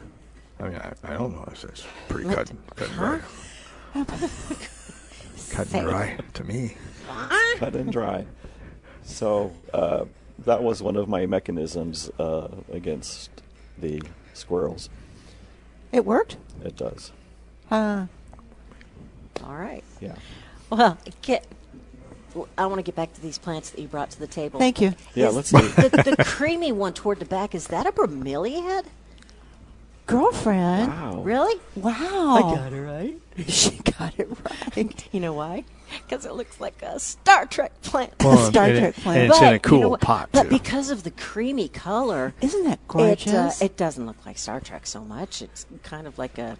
S4: I mean, I, I don't know. It's, it's pretty cut, cut and dry. cut and dry to me.
S3: cut and dry. So uh, that was one of my mechanisms uh, against the squirrels.
S2: It worked.
S3: It does.
S2: Uh,
S1: all right.
S3: Yeah.
S1: Well, I get, well, I want to get back to these plants that you brought to the table.
S2: thank you.
S3: Yeah.
S1: Is
S3: Let's see.
S1: the, the creamy one toward the back, is that a bromeliad?
S2: Girlfriend.
S3: Wow.
S1: Really?
S2: Wow.
S1: it right.
S2: She got it right.
S1: You know why? Because it looks like a Star Trek plant.
S2: Well, Star
S4: and,
S2: Trek
S4: it-
S2: plant.
S4: and it's
S1: But
S4: in a
S1: you
S4: cool
S1: know what?
S4: pot,
S1: But
S4: too.
S1: because of the creamy color,
S2: Isn't that gorgeous?
S1: it, uh, it doesn't look like Star Trek so much. It's kind of like a,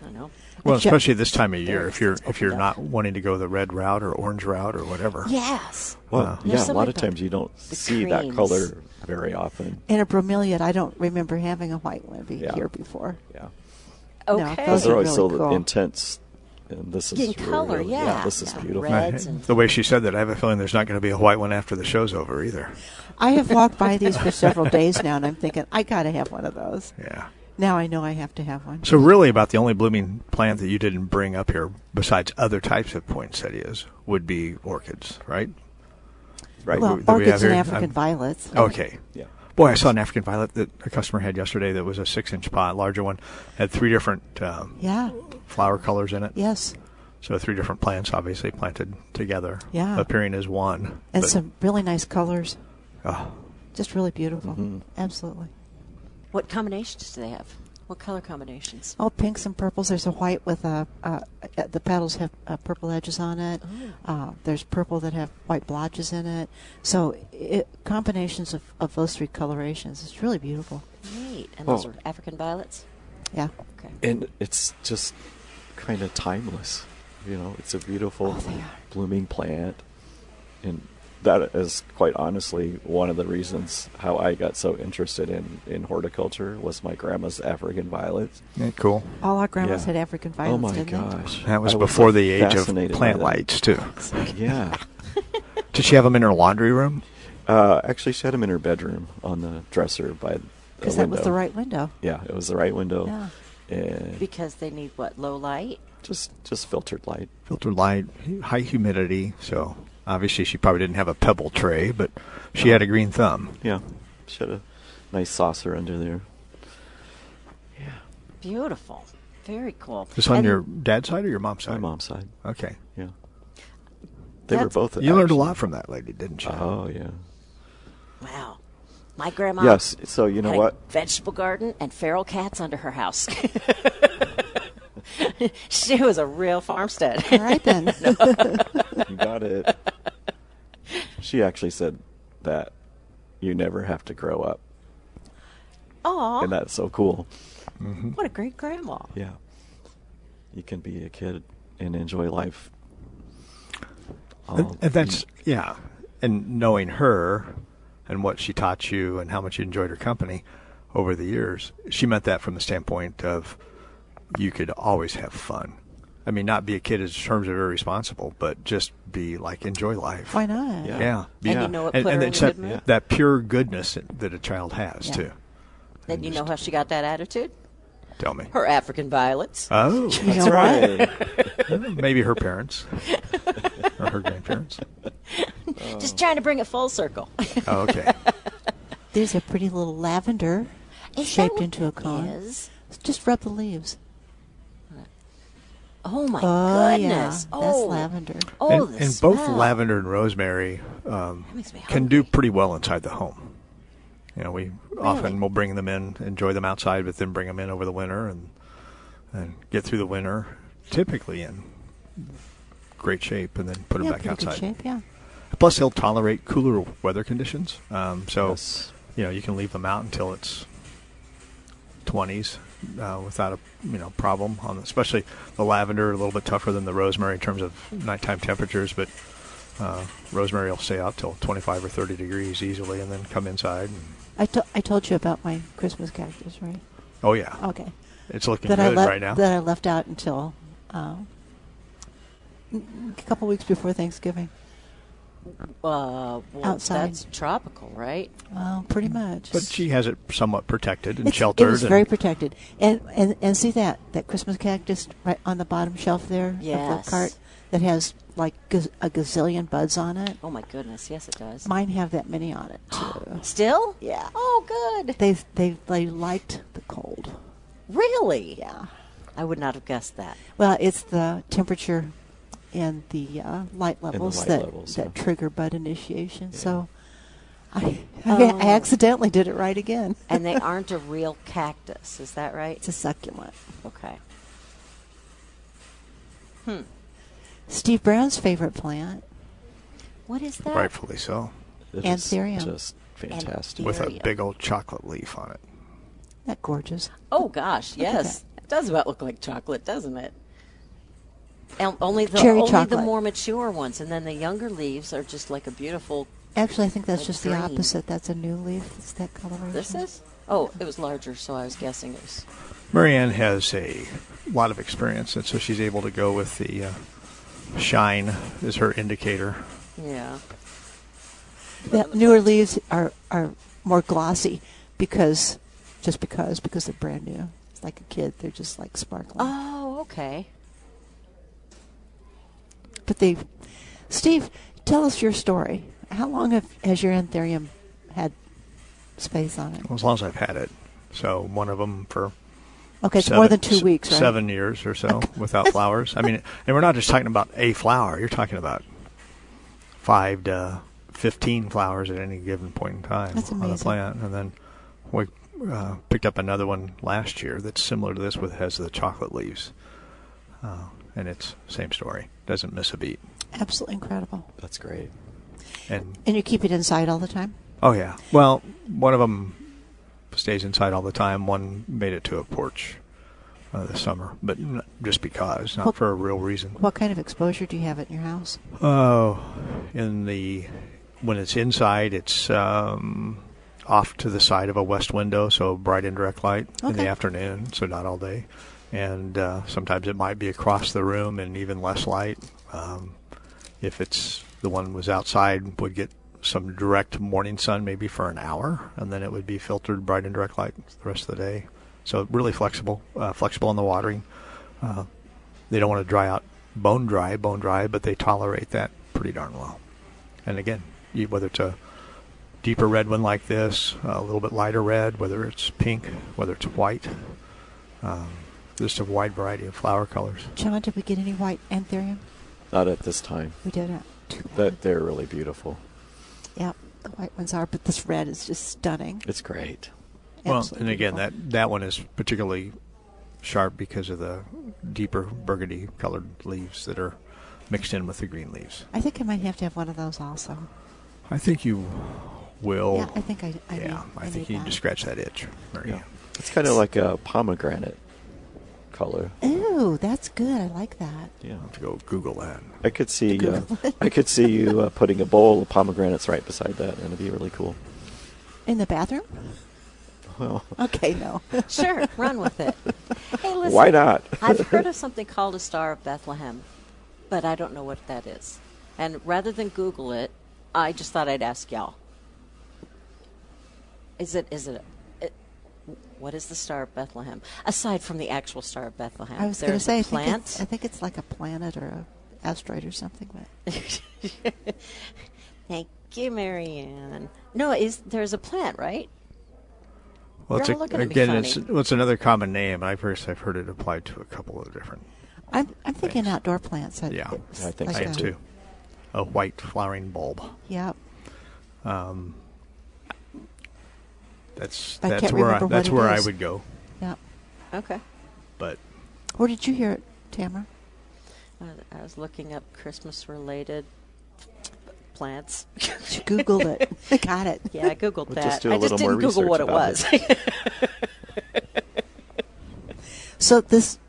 S1: I don't know.
S4: well,
S2: Yeah.
S4: especially this time of year, if you're if you're
S1: opened up.
S4: not wanting to go the red route or orange route or whatever.
S1: Yes.
S3: Well,
S1: There's
S3: yeah. A
S1: something
S3: lot of
S1: about
S3: times you don't
S1: the
S3: see that
S1: creams.
S3: color very often.
S2: in a bromeliad, I don't remember having a white one be
S3: Yeah.
S2: here before.
S3: Yeah.
S1: Okay.
S2: those
S3: Those are
S2: are
S3: always
S2: really
S3: so
S2: cool.
S3: intense. And this is
S1: In color,
S3: really-
S1: yeah.
S3: This is
S1: Yeah.
S3: beautiful.
S1: Red.
S4: I-
S1: Reds and-
S4: the way she said that, I have a feeling there's not going to be a white one after the show's over either.
S2: I have walked by these for several days now, and I'm thinking I gotta have one of those.
S4: Yeah.
S2: Now I know I have to have one.
S4: So really, about the only blooming plant that you didn't bring up here, besides other types of poinsettias, would be orchids, right?
S3: Right.
S2: well,
S4: we- that we have
S2: orchids and
S4: here-
S2: African
S4: I'm-
S2: violets.
S4: Okay.
S3: Yeah.
S4: Boy, I saw an African violet that a customer had yesterday that was a six-inch pot, larger one, had three different um,
S2: Yeah.
S4: flower colors in it.
S2: Yes.
S4: So three different plants, obviously planted together,
S2: Yeah.
S4: appearing as one.
S2: And
S4: But-
S2: some really nice colors.
S4: oh,
S2: Just really beautiful.
S4: Mm-hmm.
S2: Absolutely.
S1: What combinations do they have? What color combinations?
S2: Oh, pinks and purples. There's a white with a, uh, uh, the petals have uh, purple edges on it.
S1: Oh.
S2: Uh, there's purple that have white blotches in it. So it, combinations of, of those three colorations. It's really beautiful.
S1: Neat. And those
S3: Oh.
S1: are African violets?
S2: Yeah.
S1: Okay.
S3: and it's just kind of timeless. You know, it's a beautiful
S2: Oh, they are.
S3: blooming plant, and that is quite honestly one of the reasons how I got so interested in in horticulture was my grandma's African violets.
S4: yeah, cool.
S2: All our grandmas
S3: Yeah.
S2: had African violets,
S3: Oh my
S2: didn't they?
S3: gosh,
S4: That was
S3: I
S4: before the age of
S3: fascinated by
S4: plant
S3: that.
S4: lights, too.
S3: Yeah,
S4: Did she have them in her laundry room?
S3: uh, actually, she had them in her bedroom on the dresser by the
S2: Because that
S3: window.
S2: was the right window.
S3: Yeah, it was the right window,
S2: Yeah.
S3: and
S1: Because they need what? Low light?
S3: just just filtered light.
S4: filtered light, high humidity. So obviously, she probably didn't have a pebble tray, but she had a green thumb.
S3: Yeah, she had a nice saucer under there.
S1: Beautiful. Very cool.
S4: This on
S1: And
S4: your dad's side or your mom's side?
S3: My mom's side.
S4: Okay.
S3: Yeah. They
S1: That's-
S3: were both.
S4: You learned a
S3: actually-
S4: lot from that lady, didn't you?
S3: Oh yeah.
S1: Wow. My grandma.
S3: Yes. So you know
S1: had a
S3: what?
S1: vegetable garden and feral cats under her house. she was a real farmstead.
S2: All right then.
S3: You got it. she actually said that you never have to grow up,
S1: Aw,
S3: and that's so cool.
S1: what a great grandma.
S3: Yeah, you can be a kid and enjoy life. Um, all
S4: And, and that's yeah. And knowing her and what she taught you and how much you enjoyed her company over the years, she meant that from the standpoint of you could always have fun. I mean, not be a kid in terms of irresponsible, but just be like enjoy life.
S2: Why not?
S3: Yeah.
S4: Yeah,
S1: And you know it
S4: and,
S1: put
S4: and
S1: her in
S4: that,
S1: a good
S4: that-
S1: mood?
S4: that pure goodness that, that a child has
S1: Yeah.
S4: too.
S1: Then you know how she got that attitude?
S4: Tell me.
S1: Her African violets.
S4: Oh,
S2: You know
S3: That's
S2: what?
S3: right.
S4: maybe her parents or her grandparents.
S1: Just trying to bring it full circle.
S4: Oh, okay.
S2: There's a pretty little lavender
S1: Is that
S2: shaped
S1: what
S2: into a
S1: it
S2: cone.
S1: is?
S2: Just rub the leaves.
S1: Oh my
S2: Oh
S1: goodness!
S2: yeah,
S1: Oh,
S2: that's lavender.
S1: Oh,
S4: and,
S1: the
S4: and both
S1: smell.
S4: lavender and rosemary um,
S1: That makes me
S4: can do
S1: hungry.
S4: pretty well inside the home. You know, we often will bring them in, enjoy them outside, but then bring them in over the winter and and get through the winter typically in great shape, and then put
S2: yeah,
S4: them back
S2: pretty good
S4: outside.
S2: shape. Yeah.
S4: Plus, they'll tolerate cooler weather conditions. Um, so,
S3: Yes.
S4: you know, you can leave them out until it's 20s uh, without a you know problem. On especially the lavender, a little bit tougher than the rosemary in terms of nighttime temperatures, but uh, rosemary will stay out till 25 or 30 degrees easily, and then come inside. And,
S2: I, to- I told you about my Christmas cactus, right?
S4: oh yeah,
S2: Okay.
S4: it's looking
S2: That I
S4: good
S2: left
S4: right now.
S2: that I left out until uh, a couple weeks before Thanksgiving.
S1: Uh, well,
S2: Outside.
S1: That's tropical, right?
S2: Well, pretty much.
S4: Mm. but she has it somewhat protected and
S2: It's-
S4: sheltered.
S2: It was
S4: and-
S2: very protected, and and and see that that Christmas cactus right on the bottom shelf there of
S1: Yes.
S2: the cart that has like gaz- a gazillion buds on it.
S1: Oh my goodness! Yes, it does.
S2: Mine have that many on it too.
S1: Still?
S2: Yeah.
S1: Oh, good.
S2: they they they liked the cold.
S1: Really?
S2: Yeah.
S1: I would not have guessed that.
S2: Well, it's the temperature and the uh, light levels
S3: light
S2: that
S3: levels,
S2: that
S3: yeah.
S2: trigger bud initiation. So. I, I, I accidentally did it right again.
S1: Oh. And they aren't a real cactus, is that right?
S2: It's a succulent.
S1: Okay.
S2: Steve Brown's favorite plant.
S1: What is that?
S4: rightfully so,
S3: It
S2: And
S3: is
S2: therium.
S3: just fantastic.
S4: with a
S1: Area.
S4: big old chocolate leaf on it.
S2: Isn't That gorgeous.
S1: Oh gosh,
S2: at
S1: yes. It does about look like chocolate, doesn't it? And only the
S2: Cherry
S1: only the
S2: chocolate.
S1: more mature ones, and then the younger leaves are just like a beautiful.
S2: Actually, I think that's
S1: Like
S2: just the
S1: green.
S2: opposite. That's a new leaf. It's that coloration.
S1: This is. Oh, it was larger, so I was guessing it was.
S4: Marianne has a lot of experience, and so she's able to go with the uh, shine is her indicator.
S1: Yeah.
S2: That newer leaves are, are more glossy because, just because, because they're brand new. It's like a kid. They're just like sparkling.
S1: Oh, okay.
S2: but they, Steve, tell us your story. How long have, has your anthurium had space on it?
S4: Well, as long as I've had it, so one of them for
S2: Okay, it's
S4: seven,
S2: more than two
S4: s-
S2: weeks, right?
S4: seven years or so without flowers. I mean, and we're not just talking about a flower. You're talking about five to fifteen flowers at any given point in time
S2: That's
S4: on the
S2: amazing.
S4: plant, and then we uh, picked up another one last year that's similar to this with has the chocolate leaves, uh, and it's same story. Doesn't miss a beat.
S2: Absolutely incredible.
S3: That's great.
S4: And
S2: And you keep it inside all the time?
S4: Oh yeah. Well, one of them stays inside all the time. One made it to a porch uh, this summer, but n- just because, not
S2: Well-
S4: for a real reason.
S2: What kind of exposure do you have at your house?
S4: Oh, in the when it's inside, it's um, off to the side of a west window, so bright indirect light in the
S2: Okay.
S4: afternoon, so not all day. And uh, sometimes it might be across the room and even less light. Um, if it's the one was outside, would get some direct morning sun maybe for an hour, and then it would be filtered bright indirect light the rest of the day. So really flexible, uh, flexible on the watering Uh, they don't want to dry out bone dry, bone dry, but they tolerate that pretty darn well. And again, you, whether it's a deeper red one like this, a little bit lighter red, whether it's pink, whether it's white, um, just a wide variety of flower colors.
S2: John, did we get any white anthurium?
S3: Not at this time.
S2: We did not. Too bad.
S3: That they're really beautiful.
S2: Yep, the white ones are, but this red is just stunning.
S3: It's great.
S4: Well, and
S2: Absolutely
S4: again,
S2: beautiful.
S4: that, that one is particularly sharp because of the deeper burgundy colored leaves that are mixed in with the green leaves.
S2: I think I might have to have one of those also.
S4: I think you will.
S2: Yeah, I think I. I
S4: yeah,
S2: need-
S4: I,
S2: I
S4: think
S2: need
S4: you need to
S2: that.
S4: scratch that itch. There you
S3: Yeah.
S4: go.
S3: It's kind of like a pomegranate color.
S2: Ooh, that's good. I like that.
S3: Yeah.
S4: I'll have to go Google that.
S3: I could see uh, I could see you uh, putting a bowl of pomegranates right beside that, and it'd be really cool.
S2: In the bathroom?
S3: Well,
S2: Okay, no.
S1: Sure, run with it. Hey, listen.
S3: why not?
S1: I've heard of something called a Star of Bethlehem, but I don't know what that is. And rather than Google it, I just thought I'd ask y'all. Is it? Is it? it what is the Star of Bethlehem? Aside from the actual Star of Bethlehem,
S2: I was going to
S1: there's
S2: say, I
S1: a
S2: think, it's, I
S1: plant.
S2: think it's like a planet or a asteroid or something. But
S1: Thank you, Marianne. No, is there's a plant, right?
S4: Well, it's
S1: You're
S4: a,
S1: all looking at me
S4: again, it's,
S1: funny.
S4: well, it's another common name. I've heard, I've heard it applied to a couple of different.
S2: I'm, I'm thinking outdoor plants. I,
S4: Yeah.
S2: it's
S3: I think
S2: like
S3: so,
S4: I am
S2: a-
S4: too. A white flowering bulb.
S2: Yeah.
S4: That's
S2: I
S4: that's
S2: can't
S4: where I,
S2: remember what
S4: that's
S2: it
S4: where I
S2: is.
S4: would go.
S2: Yeah.
S1: Okay.
S4: But
S2: Where did you hear it, Tamara?
S1: I was- I was looking up Christmas-related plants.
S2: She Googled it. Got it.
S1: Yeah, I googled
S3: We'll
S1: that.
S3: just do a
S1: I just
S3: little more
S1: didn't Google what
S3: research
S1: it
S3: about
S1: was.
S2: So this,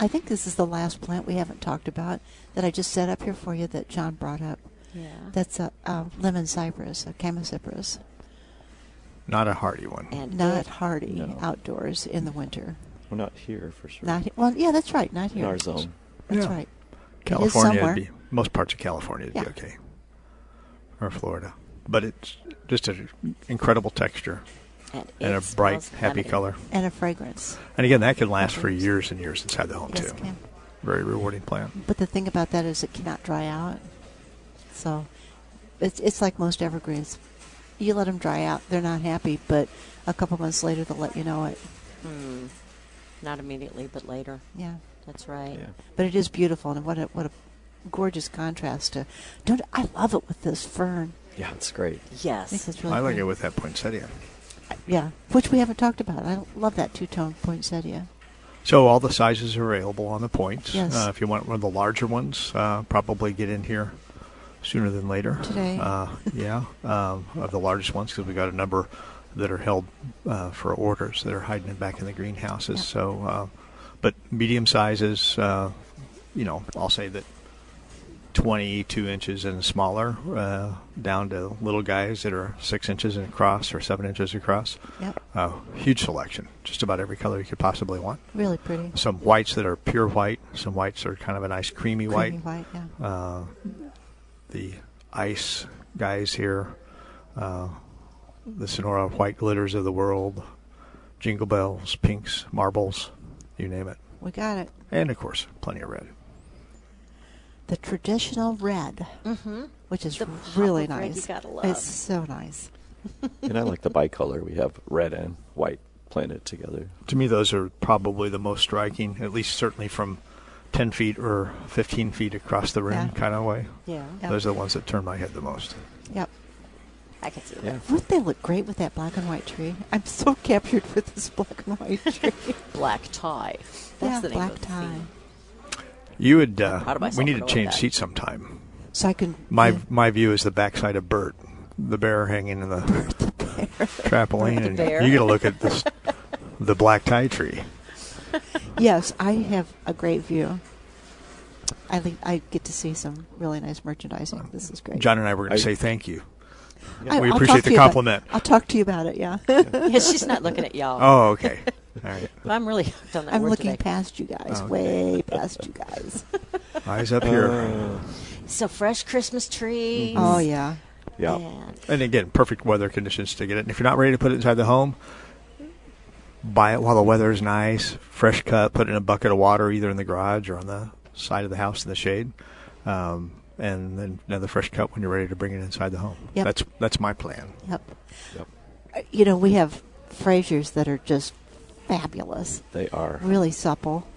S2: I think this is the last plant we haven't talked about that I just set up here for you that John brought up.
S1: Yeah.
S2: That's a, a lemon cypress, a camucypris,
S4: not a hardy one.
S1: and
S2: not
S1: it-
S2: hardy
S3: No.
S2: outdoors in the winter.
S3: We're not here for sure.
S2: Not well, yeah, that's right, not
S3: in
S2: here.
S3: our zone.
S2: That's
S4: Yeah.
S2: right.
S4: California,
S2: somewhere.
S4: would be, most parts of California would
S2: Yeah.
S4: be okay, or Florida. But it's just an incredible texture
S1: and,
S4: and
S1: it
S4: a bright,
S1: smells
S4: happy
S1: lemony.
S4: color.
S2: And a fragrance.
S4: And again, that can last for years and years inside the home
S2: Yes,
S4: too.
S2: it can.
S4: Very rewarding plant.
S2: But the thing about that is it cannot dry out. So it's it's like most evergreens. You let them dry out, they're not happy, but a couple months later they'll let you know it.
S1: Hmm. Not immediately, but later.
S2: Yeah.
S1: That's right.
S3: Yeah.
S2: But it is beautiful, and what a what a gorgeous contrast to. Don't I love it with this fern?
S3: Yeah, it's great.
S2: I think
S1: Yes.
S2: it's really.
S4: I like
S2: pretty.
S4: it with that poinsettia.
S2: Yeah, which we haven't talked about. I love that two tone poinsettia.
S4: So all the sizes are available on the points.
S2: Yes.
S4: Uh, if you want one of the larger ones, uh, probably get in here sooner than later.
S2: Today.
S4: Uh, yeah, um, of the largest ones because we got a number that are held uh, for orders that are hiding it back in the greenhouses.
S2: Yeah.
S4: So, uh, but medium sizes, uh, you know, I'll say that 22 inches and smaller, uh, down to little guys that are six inches across or seven inches across.
S2: Yep,
S4: Uh, huge selection, just about every color you could possibly want
S2: really pretty.
S4: some whites that are pure white, some whites are kind of a nice creamy,
S2: Creamy white,
S4: white.
S2: yeah.
S4: Uh, the ice guys here, uh, the Sonora white glitters of the world, jingle bells, pinks, marbles, you name it.
S2: we got it.
S4: And of course, plenty of red.
S2: The traditional red,
S1: Mm-hmm.
S2: which is
S1: The pop
S2: really
S1: of red you
S2: nice.
S1: gotta love.
S2: It's so nice.
S3: And I like the bicolor. We have red and white planted together.
S4: To me, those are probably the most striking, at least certainly from 10 feet or 15 feet across the room
S2: Yeah.
S4: kind of way.
S1: Yeah.
S2: Yeah.
S4: Those are the ones that turn my head the most.
S2: Yep.
S1: I can see
S3: Yeah.
S1: that.
S2: Wouldn't they look great with that black and white tree? I'm so captured with this black and white tree.
S1: Black tie. That's
S2: yeah,
S1: the name
S2: black
S1: of the
S2: tie.
S1: theme.
S4: You would,
S1: proud
S4: uh,
S1: of myself for
S4: we need to
S1: knowing
S4: change
S1: that.
S4: seats sometime.
S2: So I can.
S4: My
S2: yeah.
S4: my view is the backside of Bert, the bear hanging in the trampoline,
S1: The
S4: and
S1: bear.
S4: you get to look at this the black tie tree.
S2: Yes, I have a great view. I le- I get to see some really nice merchandising. This is great.
S4: John and I were going
S3: I-
S4: to say thank you.
S2: I,
S4: we
S2: I'll
S4: appreciate
S2: talk
S4: the
S2: to you about-
S4: compliment.
S2: I'll talk to you about it. Yeah,
S1: Yeah, she's not looking at y'all.
S4: Oh, okay, all right.
S1: I'm really hooked on that
S2: I'm
S1: word
S2: looking
S1: today.
S2: past you guys,
S4: Oh, Okay.
S2: way past you guys.
S4: Eyes
S1: Uh,
S4: up here,
S1: So fresh Christmas trees.
S2: oh yeah,
S3: Yeah.
S1: And
S4: and again, perfect weather conditions to get it. And if you're not ready to put it inside the home, buy it while the weather is nice, fresh cut. Put it in a bucket of water, either in the garage or on the side of the house in the shade. Um, and then another fresh cut when you're ready to bring it inside the home.
S2: Yep.
S4: That's that's my plan.
S2: yep.
S3: Yep.
S2: Uh, You know we have Frasers that are just fabulous,
S3: They are.
S2: really supple.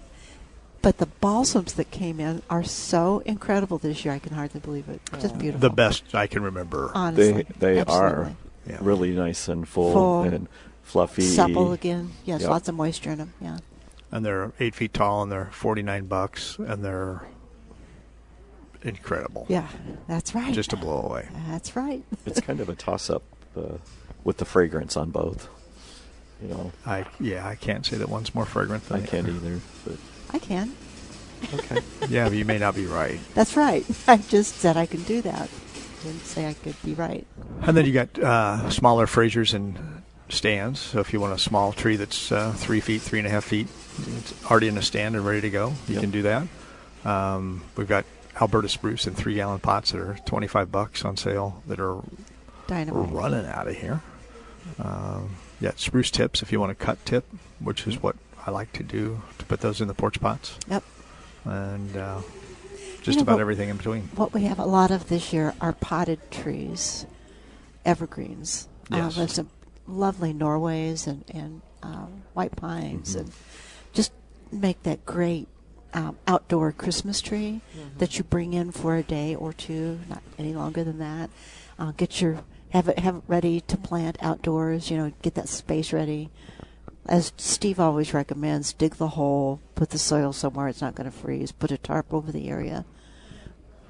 S2: But the balsams that came in are so incredible this year. I can hardly believe it. Just beautiful.
S4: The best I can remember.
S2: honestly.
S3: They they are
S2: Absolutely.
S4: Yeah.
S3: really nice and full,
S2: Full.
S3: and fluffy.
S2: supple again. Yes,
S3: Yep.
S2: lots of moisture in them. Yeah.
S4: and they're eight feet tall and they're 49 bucks and they're incredible
S2: Yeah, that's right.
S4: just a blow away
S2: That's right.
S3: It's kind of a toss up the with the fragrance on both. You know,
S4: I yeah, I can't say that one's more fragrant than
S3: I
S4: the
S3: can't
S4: other.
S3: either. But
S2: I can.
S3: okay,
S4: Yeah, but you may not be right.
S2: That's right. I just said I can do that. Didn't say I could be right.
S4: And then you got uh, smaller Frasers and stands. So if you want a small tree that's uh, three feet, three and a half feet, it's already in a stand and ready to go, you
S3: Yep.
S4: can do that. Um, we've got Alberta spruce in three gallon pots that are 25 bucks on sale that are we're
S2: Dynamite.
S4: running out of here. Um, yeah, spruce tips if you want to cut tip, which is what I like to do to put those in the porch pots
S2: Yep.
S4: and uh, just
S2: You know
S4: about
S2: what-
S4: everything in between.
S2: What we have a lot of this year are potted trees, evergreens.
S4: Yes.
S2: Uh, there's some lovely Norways and, and um, white pines and just make that great um, outdoor Christmas tree that you bring in for a day or two, not any longer than that. Uh, get your have it have it ready to plant outdoors. You know, get that space ready. As Steve always recommends, dig the hole, put the soil somewhere it's not going to freeze, put a tarp over the area.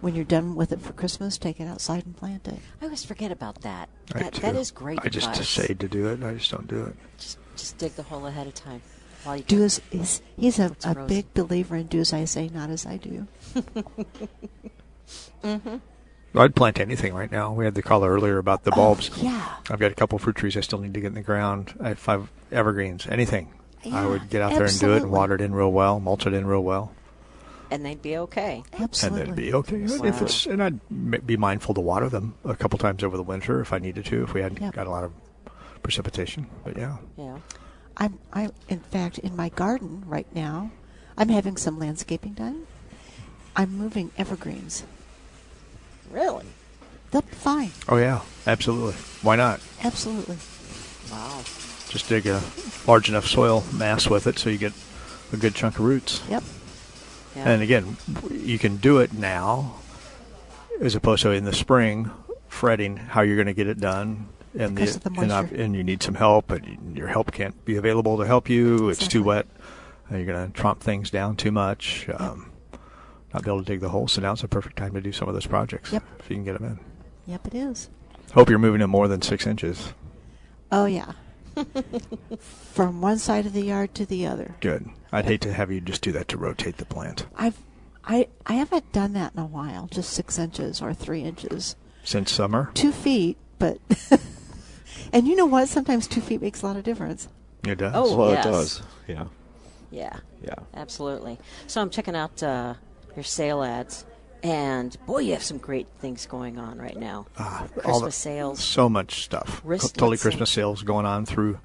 S2: When you're done with it for Christmas, take it outside and plant it.
S1: I always forget about that.
S4: I
S1: That, that
S4: do.
S1: is great.
S4: I just
S1: advice.
S4: decide to do it. and I just don't do it.
S1: Just, just dig the hole ahead of time. While you
S2: Do as he's, he's a,
S1: It's
S2: a
S1: frozen.
S2: big believer in do as I say, not as I do.
S1: Mm-hmm.
S4: I'd plant anything right now. We had the call earlier about the bulbs.
S2: Oh, Yeah.
S4: I've got a couple fruit trees I still need to get in the ground. I have five evergreens, anything. I
S2: Yeah,
S4: would get out there and do it and
S2: absolutely.
S4: water it in real well, mulch it in real well,
S1: and they'd be okay.
S2: Absolutely.
S4: and then be okay. And If it's, and I'd m- be mindful to water them a couple times over the winter if I needed to, if we hadn't
S2: Yep.
S4: got a lot of precipitation. But yeah,
S1: Yeah.
S2: I'm, I'm, in fact, in my garden right now, I'm having some landscaping done. I'm moving evergreens.
S1: Really?
S2: They'll be fine.
S4: oh yeah, absolutely. Why not?
S2: Absolutely.
S1: Wow.
S4: Just dig a large enough soil mass with it so you get a good chunk of roots.
S2: Yep.
S1: Yeah.
S4: And again, you can do it now as opposed to in the spring fretting how you're going to get it done. And,
S2: Because of the
S4: and,
S2: moisture.
S4: and you need some help, and your help can't be available to help you. It's
S2: Exactly.
S4: too wet. And you're going to tromp things down too much. Um, not be able to dig the hole. So now's the perfect time to do some of those projects
S2: Yep.
S4: if you can get them in.
S2: Yep, it is.
S4: Hope you're moving it more than six inches.
S2: Oh, yeah. From one side of the yard to the other.
S4: Good. I'd hate to have you just do that to rotate the plant
S2: I've, I, I haven't done that in a while, just six inches or three inches.
S4: since summer.
S2: Two feet, but. and you know what? Sometimes two feet makes a lot of difference.
S4: It does.
S1: Oh.
S3: well
S1: Yes.
S3: it does. Yeah,
S1: yeah.
S3: yeah.
S1: Absolutely. So I'm checking out uh, your sale ads, and boy, you have some great things going on right now.
S4: Ah, all
S1: Christmas
S4: the-
S1: sales.
S4: So much stuff.
S1: Wristlet
S4: totally
S1: sale.
S4: Christmas sales going on through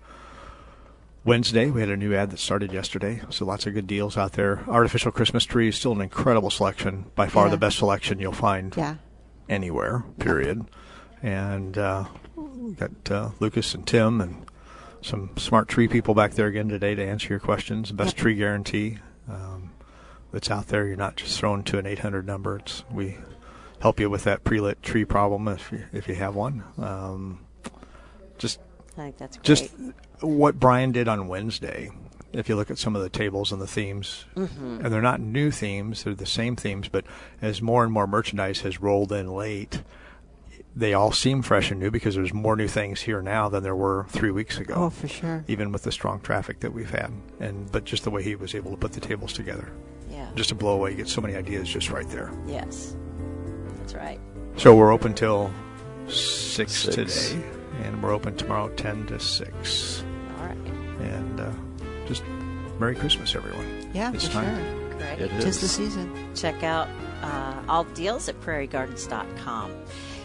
S4: Wednesday. We had a new ad that started yesterday, so lots of good deals out there. Artificial Christmas trees, still an incredible selection. By far
S2: Yeah.
S4: the best selection you'll find
S2: Yeah.
S4: anywhere, period. And uh, we got uh, Lucas and Tim and some smart tree people back there again today to answer your questions. Best tree guarantee um, that's out there. You're not just thrown to an 800 number. It's, we help you with that pre-lit tree problem if you, if you have one. Um, just
S1: I think that's great.
S4: just what Brian did on Wednesday. If you look at some of the tables and the themes,
S2: Mm-hmm.
S4: and they're not new themes, they're the same themes, but as more and more merchandise has rolled in late, they all seem fresh and new because there's more new things here now than there were three weeks ago.
S2: Oh, for sure.
S4: Even with the strong traffic that we've had, and but just the way he was able to put the tables together,
S1: yeah.
S4: just a blow away. You get so many ideas just right there.
S1: yes. That's right.
S4: So we're open till six,
S3: Six.
S4: today, and we're open tomorrow ten to six.
S1: All right.
S4: And uh, just Merry Christmas, everyone.
S2: Yeah,
S4: It's
S2: for
S4: time.
S2: sure.
S1: Great.
S3: It
S2: Tis the
S3: is.
S2: season.
S1: Check out uh, all deals at prairiegardens.com.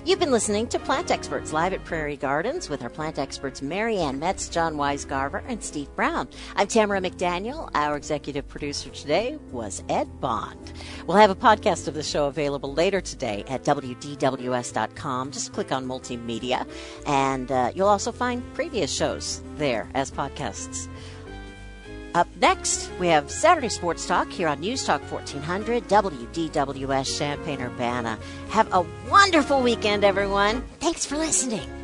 S1: You've been listening to Plant Experts live at Prairie Gardens with our plant experts Mary Ann Metz, John Weisgarver, and Steve Brown. I'm Tamara McDaniel. Our executive producer today was Ed Bond. We'll have a podcast of the show available later today at WDWS.com. Just click on multimedia, and uh, you'll also find previous shows there as podcasts. Up next, we have Saturday Sports Talk here on News Talk 1400 WDWS Champaign Urbana. Have a wonderful weekend, everyone. Thanks for listening.